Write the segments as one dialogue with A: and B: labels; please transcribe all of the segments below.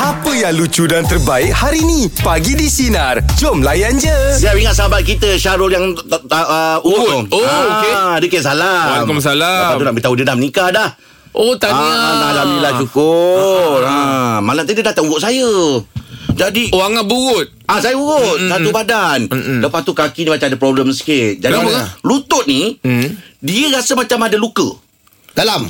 A: Apa yang lucu dan terbaik hari ni? Pagi di Sinar. Jom layan je.
B: Saya ingat sahabat kita Syarul yang ta, ta, uh, urut
C: Urut. Oh, okey.
B: Dia kira salam
C: Waalaikumsalam.
B: Lepas tu nak beritahu dia dah menikah dah
C: Oh tanya
B: Ah, ah, Alhamdulillah syukur ah. Malam tadi dia datang urut saya Jadi
C: Oh Angah burut
B: Ah saya urut mm satu badan. mm Lepas tu kaki dia macam ada problem sikit. Jadi
C: Kenapa? Hmm.
B: mana? lutut ni mm. dia rasa macam ada luka.
D: Dalam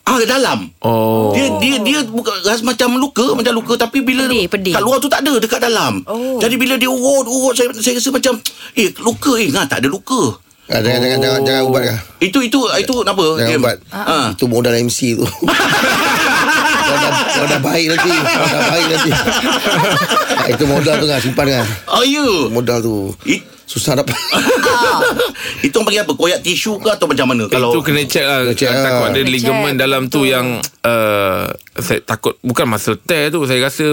B: Ah ke dalam.
C: Oh
B: Dia dia dia buka, rasa macam luka, macam luka tapi bila
E: Pedih, pedih.
B: kat luar tu tak ada, dekat dalam.
E: Oh.
B: Jadi bila dia urut urut saya saya rasa macam eh luka eh ngah tak ada luka.
D: ah, jangan, jangan, jangan, jangan ubat kah?
B: Itu itu itu
E: Ya.
B: apa?
D: Jangan
B: Jim?
D: ubat
B: Oh. Ah.
D: Itu modal MC tu Kau dah, kau dah baik nanti Kau dah baik nanti Ah, Itu modal tu kan Simpan kan
B: Oh you.
D: Modal tu
B: It,
D: Susah dapat
B: itu orang panggil apa? Koyak tisu ke atau macam mana? Kalau
C: kalau itu kena check lah
D: Oh. Kena check
C: Ah,
D: lah.
C: Takut ada
E: Kena
C: ligamen
E: check,
C: dalam tu
E: betul.
C: yang uh, Saya takut Bukan muscle tear tu Saya rasa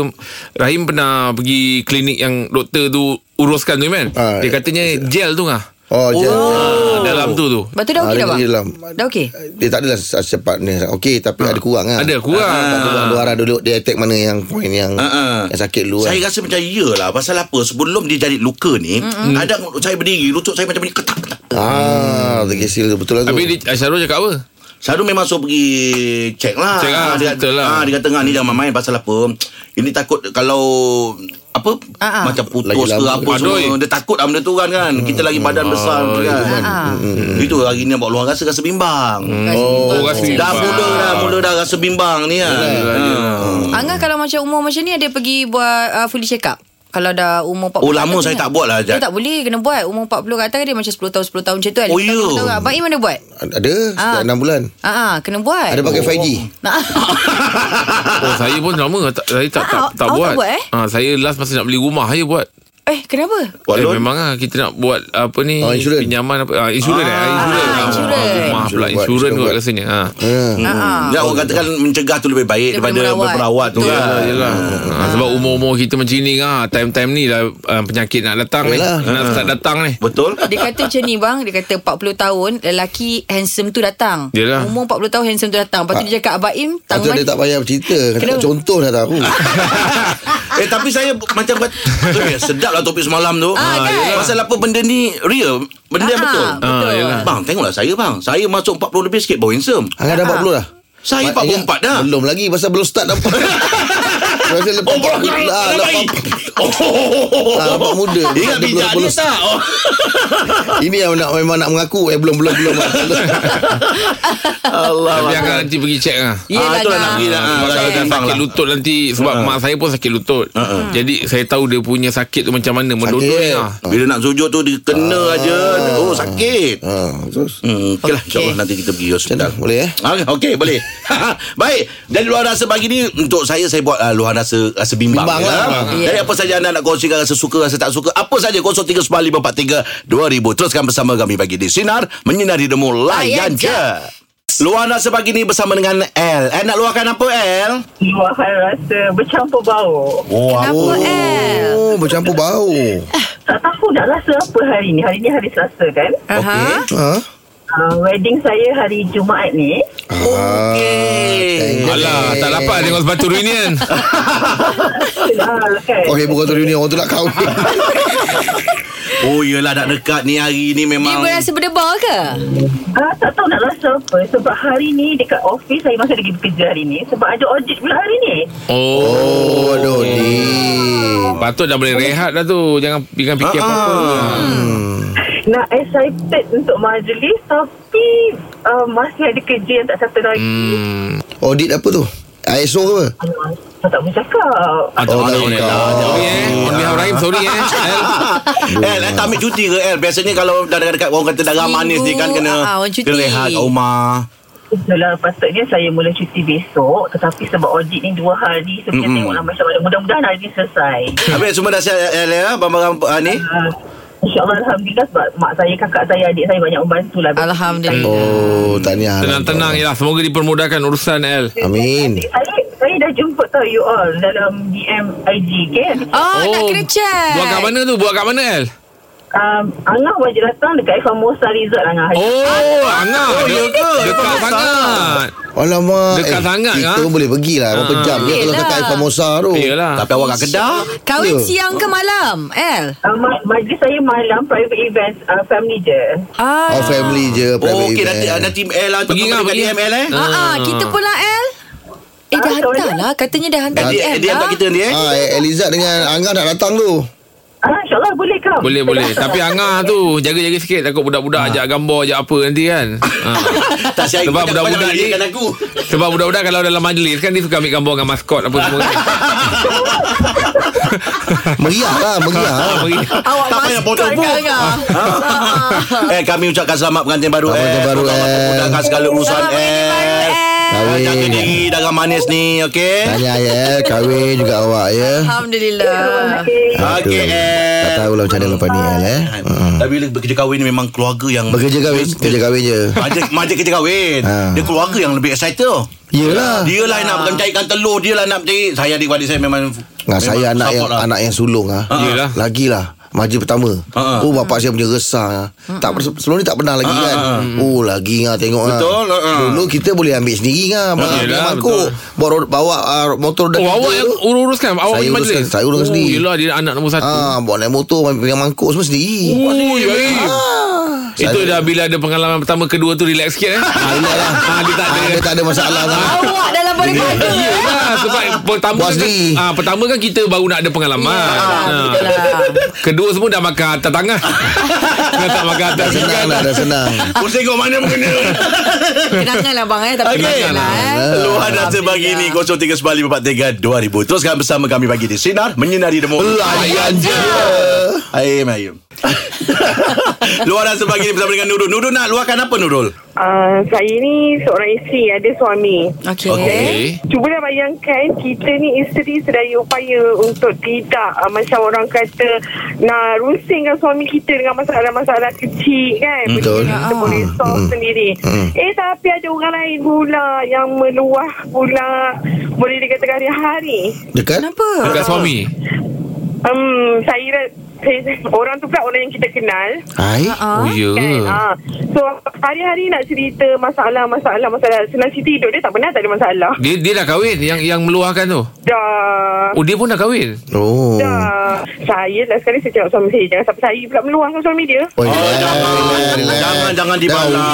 C: Rahim pernah pergi klinik yang Doktor tu uruskan tu kan
D: Ah,
C: Dia katanya gel tu ngah
D: Oh, jangan
C: Ah, Dalam tu tu
E: Lepas tu dah
D: Ah,
E: okey
D: dia
E: dah bang?
D: pergi dalam.
E: Dah okey?
D: Dia tak adalah secepat ni Okey tapi
B: Ah.
D: ada kurang kan
C: Ada kurang.
D: Dua arah dulu Dia attack mana yang Point yang
B: Ah, ah.
D: Yang sakit dulu kan.
B: Saya rasa macam iyalah Pasal apa Sebelum dia jadi luka ni mm-hmm. Kadang saya berdiri Lutut saya macam ni Ketak-ketak
D: Ah,
B: Hmm.
D: terkesil tu, betul lah tu.
C: Habis dia, Syarul cakap apa?
B: Selalu memang suruh pergi Cek lah
C: Check lah,
B: dia,
C: betul
B: ah,
C: lah.
B: dia kata "Ngah, ni jangan main Pasal apa Ini takut kalau Apa
E: Ah, ah.
B: Macam putus
D: Lagi
B: ke
D: lama.
B: apa semua
C: Aduh. Hmm.
B: Dia takut lah benda tu kan, kan? Kita lagi badan besar kan?
E: Ah.
B: Itu hari ni Buat luar rasa Rasa bimbang
D: Hmm.
C: Oh, rasa
B: Dah
C: bimbang. Ah.
B: mula dah Mula dah rasa bimbang ni kan Ah.
E: Angah kalau macam umur macam ni Ada pergi buat uh, fully check up kalau dah umur 40
B: Oh, lama
E: ke
B: saya
E: atas
B: tak buat lah,
E: Dia
B: Jad.
E: tak boleh kena buat Umur 40 ke atas dia macam 10 tahun 10 tahun macam tu kan
B: Oh,
E: Lima tahun,
B: ya.
E: lima tahun. Abang Im mana buat?
D: Ada setiap
E: Ah.
D: 6 bulan.
E: Ah, ah, kena buat
D: Ada pakai 5G.
E: Nah,
D: Ah.
C: Oh, saya pun lama tak, Saya tak,
E: Ah,
C: tak,
E: awak-
C: tak
E: awak tak
C: buat,
E: buat, eh?
C: Ah, Saya last masa nak beli rumah Saya buat
E: Eh kenapa?
C: Eh,
B: Walau-
C: memang lah kita nak buat apa ni
D: Oh, insurans.
C: pinjaman apa ah, insurans ah, eh insurans
E: Ah,
C: ah,
E: insurans.
C: rumah pula
D: Insurans buat,
C: insurans
D: insurans
C: kot
D: buat.
C: rasanya ha
D: Ah.
E: Ah, ah.
B: Hmm. Ya, orang katakan mencegah tu lebih baik
E: Daripada
B: daripada
E: merawat.
B: berperawat tu
E: Betul.
C: Yalah,
B: kan.
C: yalah. Ha, sebab umur-umur kita macam ni ah time-time ni lah ah, penyakit nak datang ni
D: Yalah.
C: nak start datang ni
B: Betul?
E: Dia kata macam ni bang Dia kata 40 tahun Lelaki handsome tu datang
C: Yelah.
E: Umur 40 tahun handsome tu datang Lepas tu dia cakap Abang Im
D: Ah. Lepas tu dia tak payah cerita
E: Kenapa?
D: Kena contoh dah tahu
B: eh tapi saya macam kata eh, sedap lah topik semalam tu.
E: Ah, kan?
B: yelah. Pasal apa benda ni real, benda yang
E: Ah,
B: betul.
E: betul.
C: Ah, yalah.
B: Bang, tengoklah saya bang. Saya masuk 40 lebih sikit baru handsome.
D: Angah dah 40 dah
B: Saya
D: Ba-
B: 44
D: ya. ingat,
B: dah.
D: Belum lagi Pasal belum start dapat Pasal lepas
B: Oh, belum lagi.
D: Ah,
B: Dah
D: lepas
B: baik. Oh.
D: Ah, abang muda.
B: Ingat
D: Dia
B: bijak dia
D: belum-
B: tak? Oh.
D: Ini yang nak, memang nak mengaku Eh belum belum belum
B: Allah.
C: tapi akan nanti pergi check ah
E: Yelah,
B: Ah, itulah nak
E: Angah.
B: pergi dah. Ah,
C: Sebab
B: dah-
C: saya
B: dah datang
C: sakit
B: lah.
C: lutut nanti Sebab mak saya pun sakit lutut Jadi saya tahu dia punya sakit tu macam mana Mendodol ni lah
B: Bila nak sujud tu dia kena aja. Oh, sakit.
D: ah, Terus
B: Hmm, okay lah.
E: Okey.
B: InsyaAllah nanti kita pergi hospital.
D: Macam mana? Boleh, eh?
B: Ah, Okey, okay, boleh. Baik. Dari luar rasa pagi ni, untuk saya, saya buat uh, luar rasa rasa bimbang.
D: Bimbang lah.
E: Ya.
B: Jadi apa saja anda nak kongsikan, rasa suka, rasa tak suka, apa saja, 0395432000. Teruskan bersama kami bagi di Sinar, Menyinari Demo, Layan
E: Layan je.
B: Je. Luar rasa pagi ni bersama dengan L. Eh, nak luahkan apa, L?
F: Luahan rasa bercampur bau.
B: Oh,
E: Kenapa eh
D: Oh bercampur bau
F: Tak tahu nak rasa apa hari ni. Hari ni hari Selasa kan?
E: Aha.
D: Ha?
F: Uh, wedding saya hari Jumaat ni.
D: Ah. Okay
E: Eh.
C: Alah tak dapat tengok sepatu reunion
F: Ah, kan?
D: Kau heboh kau tu dunia Orang tu nak kahwin
B: Oh, yelah nak dekat ni hari ni
E: Dia
B: memang.
E: berasa berdebar ke?
F: Ah, tak tahu nak rasa apa. Sebab hari ni dekat office saya masih lagi bekerja hari ni. Sebab ada audit pula hari ni.
C: Oh
D: Oh aduh ni
C: Patut dah boleh rehat dah tu Jangan, jangan fikir
B: Ah,
C: apa-apa
B: ah.
F: Nak excited untuk majlis tapi uh, masih ada kerja yang tak settle lagi.
D: Audit apa tu? ISO ke apa?
F: Hmm. Tak tahu nak cakap.
C: Ah, tak
D: Oh,
C: boleh,
D: tak
C: boleh.
D: boleh.
C: Ah, Sorry eh On behalf Rahim Sorry eh Al.
B: El, El tak ambil cuti ke El? Biasanya kalau dah dekat orang kata darah manis ni kan kena
E: Ah, orang cuti.
B: kena rehat kat rumah.
F: Itulah patutnya saya mula cuti besok Tetapi sebab audit ni dua hari So
B: Mm-mm.
F: kita mm-hmm. tengoklah macam mana Mudah-mudahan hari ni selesai
B: Habis semua dah siap El ya, barang-barang uh, ni.
F: uh, InsyaAllah Alhamdulillah Sebab mak saya, kakak saya, adik saya banyak membantu lah
E: Alhamdulillah
D: Oh tahniah
C: Tenang-tenang
B: ya.
C: je lah Semoga dipermudahkan urusan El
D: Amin
F: saya, saya dah jumpa tau you all Dalam DM IG kan
E: Oh, nak kena check
C: Buat kat mana tu Buat kat mana El
F: uh, um, Angah wajib datang dekat Famosa Resort Angah.
C: Oh, Angah.
B: Oh, ya ke?
C: Dekat
B: Bagus
C: sangat.
D: Alamak eh,
C: Dekat sangat,
D: Kita
C: ah.
D: pun boleh pergilah Berapa
C: Ah.
D: jam Dia kalau
E: Yelah.
D: kata Famosa tu
C: Yelah.
B: Tapi awak kat Kedah
E: Kahwin
D: Ya.
E: siang ke malam, El?
F: Uh, ma- majlis saya malam private event uh, family je.
E: Ah.
D: Oh family je private
B: Oh, okey
D: event.
B: nanti nanti ML lah
C: Pergi dengan
B: dekat
C: pergi.
B: DML eh.
E: Ah, ah, kita pula El. Eh dah
F: Ah,
E: hantar
F: sorry.
E: lah Katanya dah hantar
B: Dia
E: DM
B: dia
E: lah
B: hantar kita ni eh.
D: Ah, Eliza dengan Angah nak datang tu
F: Ah, InsyaAllah boleh kau.
C: Boleh boleh Tapi Angah tu Jaga-jaga sikit Takut
D: Ah.
C: budak-budak ajak gambar Ajak apa nanti kan ha.
B: Tak saya
C: Sebab
B: banyak-
C: budak-budak
B: banyak
C: ni
B: larikan aku.
C: Sebab budak-budak Kalau dalam majlis kan Dia suka ambil gambar Dengan maskot apa semua
D: Ah.
C: kan
D: Meriah lah Meriah
C: Ha,
D: lah.
C: beri-
E: Awak
B: Tak payah potong pun. Eh kami ucapkan selamat pengantin baru
D: Selamat
B: eh.
D: pengantin baru,
B: Selamat
D: eh.
B: memudahkan segala urusan
E: Selamat pengantin baru,
B: eh.
D: Kahwin
B: Jaga diri dagang manis ni okey.
D: Tanya ya Kahwin juga awak ya Ah,
E: Alhamdulillah
F: Okey.
B: Ah, Okey eh.
D: Tak tahulah macam mana lepas ni El eh
B: Mm. Tapi bila bekerja kahwin ni memang keluarga yang
D: Bekerja kahwin Kerja kahwin je
B: Majlis, majlis kerja kahwin
D: Ha.
B: Dia keluarga yang lebih excited tau.
D: Yelah
B: Dia lah
E: Ah.
B: nak bukan cairkan telur Dia lah nak cari Saya adik-adik saya memang
D: Nah,
B: memang
D: saya anak yang
B: support lah.
D: anak yang sulung ah.
C: Ah. Yelah.
D: Lagilah majlis pertama.
B: Ah.
D: Oh bapak saya punya resah. ah. Tak pernah- sebelum ni tak pernah
C: Ah,
D: lagi kan. Oh lagi ngah tengok ah.
B: Betul, ah.
D: Dulu kita boleh ambil sendiri ngah.
C: Ah, yelah,
D: Mangkuk bawa bawa ah, motor
C: Oh awak
D: kita
C: yang
D: tu.
C: uruskan Awak
D: Saya
C: pergi majlis
D: uruskan, saya uruskan
C: Oh,
D: sendiri.
C: Yelah dia anak nombor satu
D: Ah, bawa naik motor pegang mangkuk semua sendiri.
C: Ui, baik. Itu
D: Ah.
C: dah bila ada pengalaman pertama kedua tu relax sikit eh. Ah,
D: Yalah.
C: dia tak
D: Ah,
C: ada.
D: dia tak ada masalah lah.
E: Awak dalam pada pada
C: Yelah, Ya lah, sebab pertama
D: Buat
C: kan,
D: sendiri.
C: ah, pertama kan kita baru nak ada pengalaman.
D: Ya,
C: Ah.
D: lah.
C: Kedua semua dah makan atas tangan. dah tak makan atas
D: Dah senang lah.
C: tangan.
D: dah, dah senang.
B: Kau tengok mana mengena
E: Kenangan lah bang eh Tapi
B: Okey.
E: kenangan lah eh
B: Luahan rasa pagi ni 0395432000 Teruskan bersama kami bagi di Sinar Menyinari Demo
D: Layan je.
B: Aim Aim Luahan rasa pagi ni bersama dengan Nurul Nurul nak luahkan apa Nurul?
F: Uh, saya ni seorang isteri, ada suami.
E: Okay,
C: Okey.
F: Cubalah bayangkan kita ni isteri sedaya upaya untuk tidak uh, macam orang kata nak rusingkan suami kita dengan masalah-masalah kecil kan.
D: Betul.
F: Benda yang Kita boleh solve sendiri. Eh tapi ada orang lain pula yang meluah pula boleh dikatakan hari-hari.
D: Dekat?
E: Kenapa?
C: Dekat suami.
F: Um, saya, ra- saya orang tu pula orang yang kita kenal.
D: Hai.
E: Ah.
C: Oh ya.
F: Kan? Ha. So hari-hari nak cerita masalah-masalah masalah. Senang cerita hidup dia tak pernah tak ada masalah.
C: Dia dia dah kahwin yang yang meluahkan tu.
F: Dah.
C: Oh dia pun dah kahwin.
D: Oh.
F: Dah. Saya lah sekali saya cakap suami saya. Jangan sampai saya pula meluahkan suami dia.
D: Oh,
B: jangan. Jangan, jangan dibalas.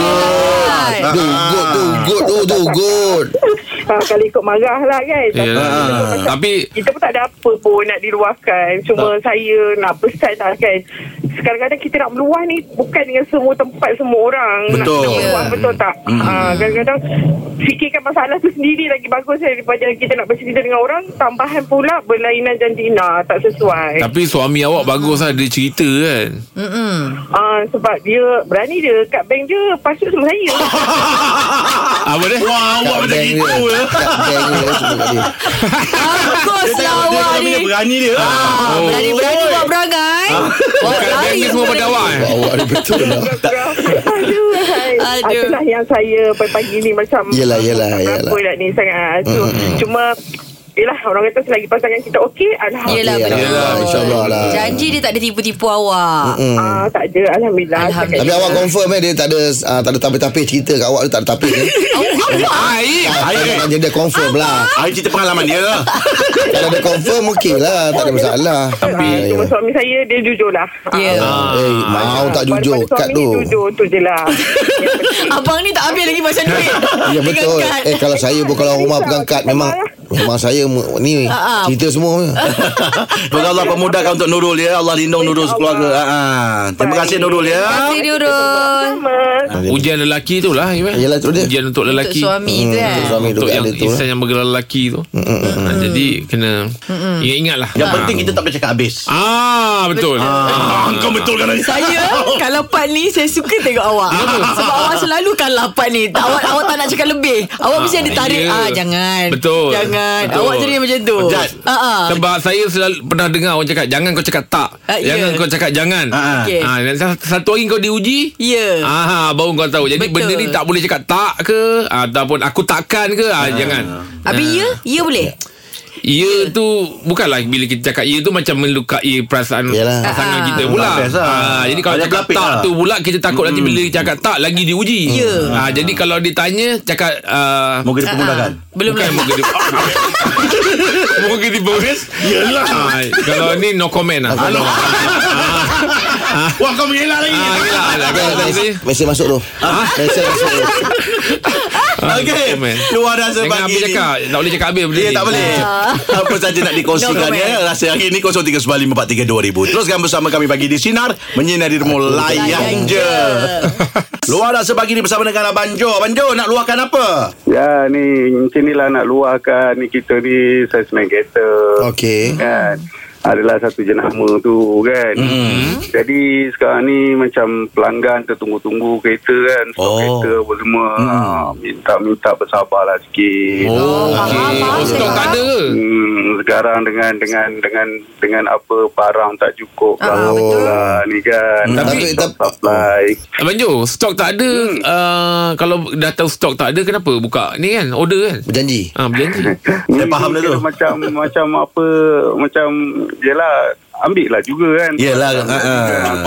D: Dah good. Tu good, tu good, tu tu good.
F: Ha, kali ikut marah lah kan.
C: Ya.
F: Tapi kita pun
C: Yalah.
F: macam-
C: Tapi
F: Kita pun tak ada apa pun nak diluahkan. Cuma saya nak pesan lah kan. Kadang-kadang kita nak meluah ni bukan dengan semua tempat semua orang.
B: Betul.
F: Nak kita meluah
E: Ya.
F: betul tak? Ha, kadang-kadang fikirkan masalah tu sendiri lagi bagus kan daripada kita nak bercerita dengan orang. Tambahan pula berlainan jantina. Tak sesuai.
C: tapi suami awak bagus lah dia cerita kan.
E: Mm-mm.
F: Ah, sebab dia berani dia kat bank dia pasut sama saya.
C: Ah, Apa dia? Wah,
D: Kat bank dia. Kat bank dia sebut kat dia.
E: Bagus lah
B: Dia
E: awak
B: kalau
E: ni
B: punya berani dia
E: Ah,
C: Oh.
E: Berani-berani buat berangai Buat
C: Dekat bank
E: lari
C: ni semua pada awak. eh?
D: Wah, Awak ni betul lah.
F: Aduh.
E: Aduh.
F: Aduh. Itulah yang saya pagi-pagi ni macam
D: Yelah, yelah,
F: tak
D: yelah. Mm,
F: Berapa nak ni sangat. So, Cuma Yelah orang kata selagi pasangan kita okey
E: Yelah
F: Alhamdulillah.
D: Yelah,
E: betul
D: insyaAllah lah.
E: Janji dia tak ada tipu-tipu awak
D: Mm.
F: Ah, tak ada Alhamdulillah.
E: Alhamdulillah.
D: Tapi awak confirm eh dia tak ada ah, tak ada tapis-tapis cerita kat awak tu tak ada tapis eh.
C: Air.
D: Ah, Dia dia confirm lah.
B: Air Ah, cerita pengalaman dia
D: Kalau dia confirm okey lah, tak ada masalah.
F: Tapi
D: Ah,
F: cuma
D: ya.
F: suami saya dia jujur lah. Ah,
E: Ya
D: Eh, mau tak jujur kat
F: Suami
D: tu.
F: ni jujur tu je lah.
E: Abang ni tak habis lagi macam duit
D: Ya
E: Dengan
D: betul.
E: kad.
D: Eh kalau saya pun kalau rumah pegang kad memang memang saya mu- ni
E: Ah, ah.
D: cerita semua.
B: Semoga Allah pemudahkan untuk Nurul ya Allah lindung Nurul sekeluarga ha, ha. Terima kasih Nurul ya
E: Terima kasih Nurul
F: Sama.
C: Ujian lelaki tu lah Iman.
D: Yelah, tu dia.
C: Ujian untuk
E: Untuk
C: lelaki
E: suami tu kan
D: Untuk Hmm, suami tu
C: Untuk
D: kat
C: yang
D: dia tu. eh.
C: isteri yang bergelar lelaki tu ha, Jadi kena Ingat-ingat lah
B: Yang penting kita tak boleh cakap habis
C: Ah betul. Ah,
B: Ah, kau betulkan tadi
E: Saya kalau part ni Saya suka tengok awak Sebab awak selalu kalah part ni Awak awak tak nak cakap lebih Awak mesti ada tarik
C: ya.
E: Ah jangan
C: Betul.
E: Jangan
C: Betul.
E: Awak jadi macam tu
B: Pedat.
E: Ah, ah.
C: Sebab saya selalu pernah dengar orang cakap jangan kau cakap tak.
E: Ah, ya.
C: jangan kau cakap jangan.
B: Ah, ah.
E: Okey.
C: Ah, dan sa- satu hari kau diuji
E: Ya.
C: Ah, baru kau tahu. Jadi
E: Betul.
C: benda ni tak boleh cakap tak ke ah, ataupun aku takkan ke ah, jangan.
E: Habis ya Ya boleh
C: Ya tu Bukanlah bila kita cakap Ya tu macam melukai Perasaan
D: Yalah.
C: pasangan
E: Ah.
C: kita pula
B: Tak best lah.
C: Ah, Jadi kalau
B: Banyak
C: cakap
B: kelapik
C: tak
B: lah. Hmm.
C: tu pula Kita takut nanti bila cakap tak Lagi diuji
E: Ya.
C: Ah, Jadi kalau dia tanya Cakap ah,
B: Moga dia
E: Ah,
B: permudahkan
E: Belum
C: Bukan
E: lagi
C: moga dia Moga dia beres Yalah Kalau ni no comment lah Hello
B: Wah kau mengelak lagi
C: Ah, yelah, yelah. Kalau tak boleh.
D: Mesej masuk dulu
B: Ha?
D: Mesej masuk dulu
C: Ah,
B: Okay
C: no comment.
B: Luar dah
C: Jangan
B: sebagi
C: habis cakap Tak boleh cakap habis benda
B: Ya
C: ni.
B: tak boleh Apa saja nak dikongsikan
E: No
B: ya Rasa hari ini 0395432000 Teruskan bersama kami pagi di Sinar Menyinari demo layan je Luar rasa pagi ni bersama dengan Abang Jo Abang Jo nak luahkan apa?
G: Ya ni macam ni lah nak luahkan ni kita ni saya senang kereta.
D: Okey.
G: Kan. Adalah satu jenama tu kan. Mm. Jadi sekarang ni macam pelanggan tertunggu-tunggu kereta kan. Stok
B: Oh.
G: kereta apa semua. Mm. Minta-minta bersabarlah sikit.
C: Oh, okay.
E: faham,
C: Oh, stok
E: faham.
C: tak ada ke?
G: Hmm, sekarang dengan dengan dengan dengan apa barang tak cukup
E: Ah, betul.
G: lah ni kan.
D: Tapi-
G: Stop
D: tapi-
G: supply.
C: Abang Jo, stok tak ada
E: Hmm.
C: uh, Kalau dah tahu stok tak ada Kenapa buka ni kan Order kan
D: Berjanji
C: Ah, berjanji
B: Saya
G: Ni
B: faham dah
G: kira
B: tu.
G: Macam macam apa macam jelah ambil lah juga kan.
B: Yelah, ha, ha.
G: Sebab
E: Ah.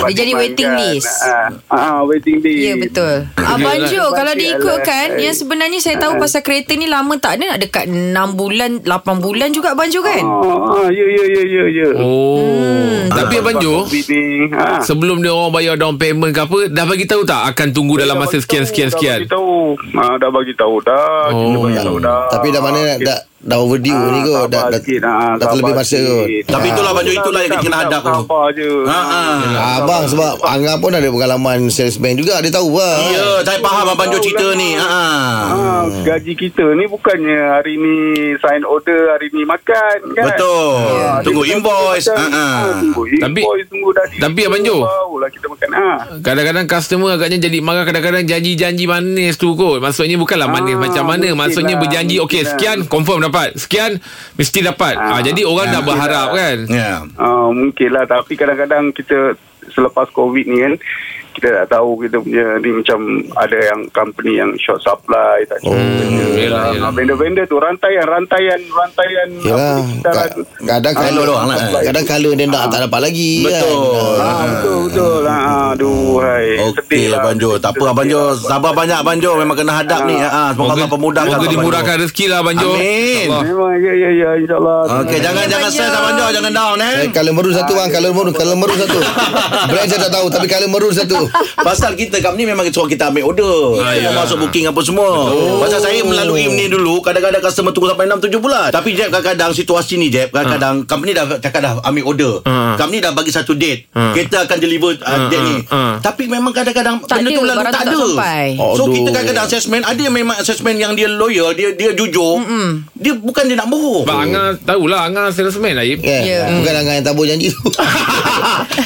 E: Dia jadi
G: memang
E: waiting
G: kan,
E: list.
G: Ah, ah, waiting list.
E: Ya betul Abang
C: Yelah.
E: Jo Kalau
G: Batik
E: diikutkan
G: alas.
E: Yang sebenarnya saya tahu Pasal kereta ni lama tak ada Nak dekat 6 bulan 8 bulan juga Abang Jo kan
G: Ah, ah, ya ya ya ya ya.
C: Oh Tapi Abang Jo
G: Covid ni. Ha.
C: Sebelum dia orang bayar down payment ke apa Dah bagi tahu tak Akan tunggu dalam masa
G: Dah bagi
C: sekian-sekian-sekian
G: tahu. Ah, dah bagi tahu dah. Kita
C: Oh.
G: bagi tahu dah.
D: Hmm. Tapi dah mana
G: Kita-
D: Dah dah overdue
G: Ah,
D: ni kot Dah
G: sabar
D: dah,
G: sikit, ah,
D: dah terlebih
G: sabar
D: masa
G: sikit.
D: kot
B: Tapi
D: Ah.
B: itulah Abang Jo Itulah yang kena hadap tu
G: Sabar je.
B: Ha, ha.
D: Ah, Abang sebab Angah pun ada pengalaman salesman juga Dia tahu lah
B: Ya saya faham Abang Jo cerita ni ha, ha.
G: Ah, gaji kita ni bukannya hari ni sign order, hari ni makan kan.
B: Betul Oh, Tunggu invoice ha, ha.
G: Ah, Tunggu
C: Tapi-
G: invoice, tunggu dah di-
C: tapi Abang Jo.
G: Barulah kita makan. Ha.
C: Kadang-kadang customer agaknya jadi marah Kadang-kadang janji-janji manis tu kot Maksudnya bukanlah manis
G: Ah,
C: macam mana
G: mungkin
C: Maksudnya
G: lah,
C: berjanji
G: mungkin
C: Okey
G: lah.
C: sekian confirm dapat Sekian mesti dapat ah, Jadi orang dah berharap kan
B: Ya
G: Ah, mungkin lah. Tapi kadang-kadang kita selepas COVID ni kan, kita tak tahu kita punya ni macam ada yang company yang short supply tak cukup. Oh,
C: yelah, yelah.
G: Vendor-vendor tu rantaian, rantaian, rantaian.
D: Yelah Ka- Kadang
G: Ah,
D: kalau
B: doang lah.
D: Kadang kalau dia nak tak dapat lagi
B: Betul.
D: kan?
G: Ah, betul betul. Ah, aduh hai.
B: Okey
G: Sedih lah.
B: Abang Jo Tak apa Abang Jo Sabar banyak Abang Jo Memang kena hadap ni
G: Ah.
B: ha, ha. Semoga Allah pemudahkan
C: Moga
B: Abang Jo.
C: dimurahkan rezeki lah Abang Jo
B: Amin.
C: InsyaAllah.
G: Memang ya ya ya insyaallah.
B: Okey, jangan jangan stress Abang Jo, jangan down eh.
D: Eh, Color maroon satu bang Color maroon Color maroon satu Brand saya tak tahu Tapi color maroon satu
B: Pasal kita kat ni memang suruh kita ambil order.
C: Ah,
B: Kita
C: ya.
B: masuk booking apa semua. Pasal saya melalui ni dulu, kadang-kadang customer tunggu sampai 6 7 bulan. Tapi Jeb kadang-kadang situasi ni Jeb, kadang-kadang company dah cakap dah ambil order.
C: Ah.
B: Company dah bagi satu date.
C: Ah.
B: Kita akan deliver uh,
C: Ah,
B: date
C: ah,
B: ni.
C: ah.
B: Tapi memang kadang-kadang
E: Tak
B: benda
E: ada,
B: tu lalu
E: barang
B: tak
E: tu tak
B: ada.
E: sampai.
B: So
D: Aduh.
B: kita kadang-kadang assessment ada yang memang assessment yang dia loyal, dia dia jujur. Dia bukan dia nak bohong.
C: Abang Angah tahulah Angah salesman lah Ip.
E: Ya.
D: yeah. Kan? Bukan Angah yang tabur janji tu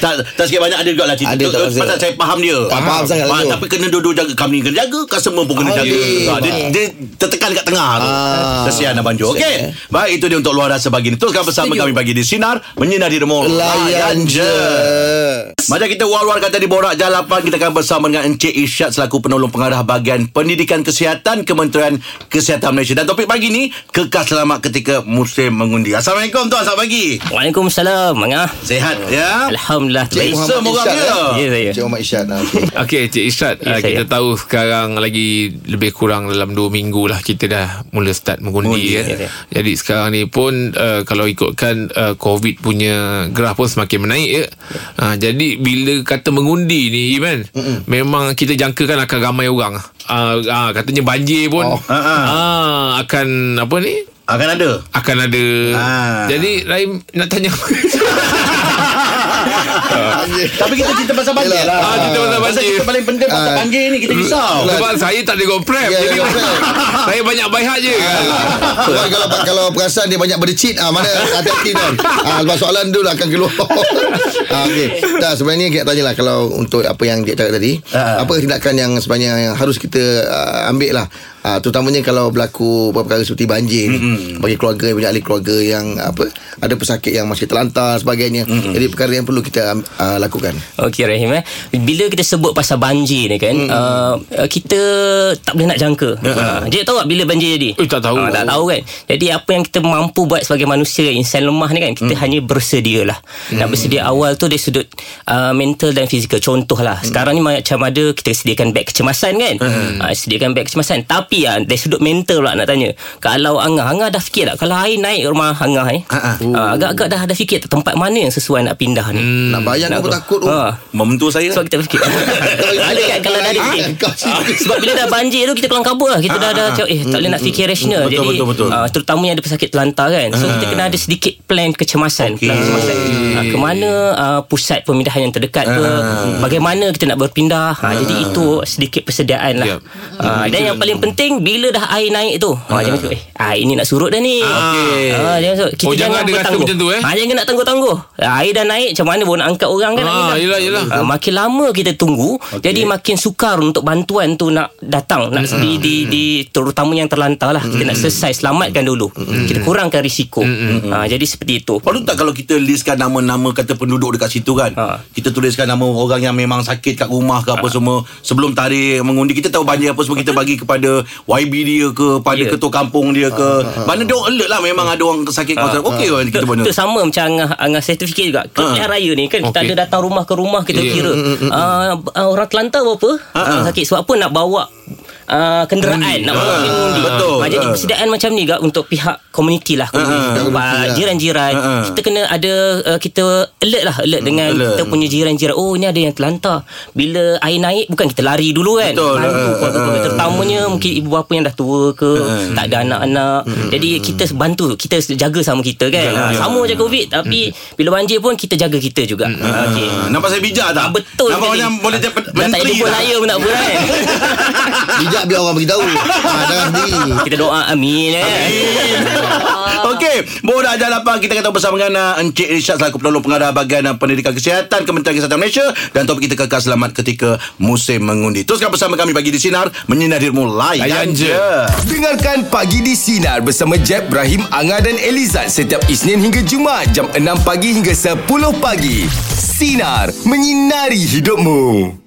B: tak, tak sikit banyak ada juga lah cerita
D: Ada
B: tu.
D: tak pasal.
B: Pasal saya faham dia
D: Tak faham sangat lah
B: Ah,
D: tu.
B: Tapi kena dua-dua jaga Company kena jaga Customer pun kena
D: Ah,
B: jaga
D: okey.
B: Ah, dia, dia tertekan kat tengah tu
D: Ah.
B: Kesian Abang Jo
D: Kesian, eh.
B: Okay Baik itu dia untuk luar rasa pagi ni Teruskan bersama kami pagi di Sinar Menyinari Demo
D: Layan je
B: macam kita war-war kata di Borak Jalapan Kita akan bersama dengan Encik Isyad Selaku penolong pengarah bahagian Pendidikan Kesihatan Kementerian Kesihatan Malaysia Dan topik pagi ni Kekal selamat ketika musim mengundi Assalamualaikum Tuan Selamat pagi
H: Waalaikumsalam Angah
B: Sehat ya
H: Alhamdulillah
B: Cik
H: baik.
B: Isyad
D: Muhammad
B: orang
D: Isyad,
B: dia
H: Ya saya
D: Cik Muhammad Isyad ah, okey.
C: Okey Cik Isyad
H: Ya,
C: uh, Kita
H: saya.
C: tahu sekarang lagi Lebih kurang dalam 2 minggu lah Kita dah mula start mengundi kan?
H: ya, ya.
C: Jadi sekarang ni pun uh, Kalau ikutkan uh, Covid punya graf pun semakin menaik ya? uh, Jadi bila kata mengundi ni Iman Memang kita jangkakan akan ramai orang uh, uh, Katanya banjir pun
D: Oh,
C: oh.
B: ha, ha.
C: uh, Akan apa ni
B: Akan ada
C: akan ada
B: Ah.
C: Jadi Raim nak tanya
B: Tapi kita cerita pasal banjir
D: Yelah.
B: lah
C: Ah, cerita pasal
B: Pasal
C: banjir.
B: kita paling penting pasal
D: Ah.
B: banjir ni Kita risau
C: Sebab saya tak ada go prep
D: Ya,
C: Jadi
D: go prep.
C: Saya banyak bayar je
D: Sebab kalau kalau perasan dia banyak berdecit ah mana hati-hati kan. Ah lepas soalan dulu akan keluar. ah okey. Tak sebenarnya kita nak lah tanyalah kalau untuk apa yang dia cakap tadi,
B: Ah.
D: apa tindakan yang sebenarnya yang harus kita uh, ambil lah Ah, terutamanya kalau berlaku perkara seperti banjir mm-hmm. bagi keluarga banyak ahli keluarga yang apa ada pesakit yang masih terlantar sebagainya mm-hmm. jadi perkara yang perlu kita um, uh, lakukan
H: Okey Rahim eh. Bila kita sebut pasal banjir ni kan, mm. uh, kita tak boleh nak jangka. Uh-huh. Jadi tahu tak bila banjir jadi?
C: Ya. Eh, tak tahu.
H: Ah, tak tahu kan. Jadi apa yang kita mampu buat sebagai manusia insan lemah ni kan,
C: Mm.
H: kita hanya bersedialah. Nak bersedia awal tu dari sudut uh, mental dan fizikal.
C: Mm.
H: Contohlah, sekarang ni macam ada kita sediakan beg kecemasan kan? Ah, sediakan beg kecemasan. Tapi ah dari sudut mental pula nak tanya. Kalau Angah, Angah dah fikir tak kalau air naik ke rumah Angah eh?
C: Ha,
B: Ah, ah.
H: Ah, agak-agak dah ada fikir tak tempat mana yang sesuai nak pindah ni?
C: Mm.
D: nak bayang aku takut oh.
H: Ha.
B: Membentur saya
H: Sebab kita fikir Ada kan kalau dah ada fikir
D: Ah, kau serius.
H: sebab bila dah banjir tu kita kelang kabut lah. Kita dah ada cakap eh tak boleh nak fikir
B: Betul,
H: rasional. Jadi
B: betul, betul.
H: ah, terutamanya ada pesakit telantar kan. So kita kena ada sedikit plan kecemasan,
B: Okey.
H: plan kecemasan. Ah, ke mana ah, pusat pemindahan yang terdekat ke, bagaimana kita nak berpindah. Ah, jadi itu sedikit persediaan lah.
C: Yep.
H: Ah, dan yang paling penting bila dah air naik tu, ah, jangan cakap eh air ni nak surut dah ni.
C: Okey.
H: Ah, jangan surut. Kita
C: Oh, jangan ada rasa
H: bertangguh.
C: macam tu, eh?
H: Ah, jangan nak tangguh-tangguh. Ah, air dah naik macam mana baru nak angkat orang kan? nak
C: Ah,
H: pindah.
C: yelah, yelah.
H: Ah, makin lama kita tunggu okay. jadi makin sukar untuk bantuan tu nak datang nak di, di di terutama yang terlantar lah kita nak selesai selamatkan dulu kita kurangkan risiko ha, jadi seperti itu
B: Patut tak kalau kita listkan nama-nama kata penduduk dekat situ kan
H: Ha.
B: Kita tuliskan nama orang yang memang sakit kat rumah ke apa semua Sebelum tarikh mengundi Kita tahu banjir apa semua Kita bagi kepada YB dia ke Pada
H: Ya.
B: ketua kampung dia ke Mana dia orang alert lah Memang ada orang sakit
H: Ha,
B: kawasan Okey kan kita
H: Itu-
B: mana
H: Itu sama macam Angah, Angah saya terfikir juga Kelebihan
B: Ha.
H: raya ni kan Kita
C: Okey.
H: ada datang rumah ke rumah Kita
C: Ya.
H: kira Ah, b- ah, Orang Kelantan berapa
B: Ha, ha.
H: uh Sakit sebab apa nak bawa Uh, kenderaan nak bawa
B: Ha,
H: mengundi
B: betul.
H: Ah, jadi
B: Ha.
H: persediaan macam ni gak untuk pihak komuniti lah komuniti,
D: Komuniti
H: uh,
D: lah.
H: jiran-jiran
B: Ha, ha.
H: kita kena ada uh, kita alert lah alert dengan
B: alert.
H: kita punya jiran-jiran oh ni ada yang terlantar bila air naik bukan kita lari dulu kan
B: Betul.
H: Bantu
B: Ha,
H: keluarga-keluarga.
B: ha.
H: terutamanya mungkin ibu bapa yang dah tua ke tak ada anak-anak jadi kita bantu kita jaga sama kita kan ha, sama je covid tapi bila banjir pun kita jaga kita juga Ah, okey
B: Ha, Nampak saya bijak tak?
H: betul
B: Nampak
H: sekali.
B: macam boleh jadi pen-
H: dah tak ada
B: menteri
H: pun
B: dah.
H: raya pun tak apa kan
D: bijak biar orang beritahu ah, jangan sendiri
H: kita doa amin eh
B: Okey, Borak Jalan Lapang kita kata bersama dengan uh, Encik Rishad selaku penolong pengarah bahagian uh, pendidikan kesihatan Kementerian Kesihatan Malaysia dan topik kita kekal selamat ketika musim mengundi. Teruskan bersama kami bagi di sinar menyinari dirimu layan
C: Layan
B: je.
C: je.
A: Dengarkan Pagi di Sinar bersama Jeb, Ibrahim, Anga dan Elizad setiap Isnin hingga Jumaat jam 6 pagi hingga 10 pagi. Sinar, menyinari hidupmu.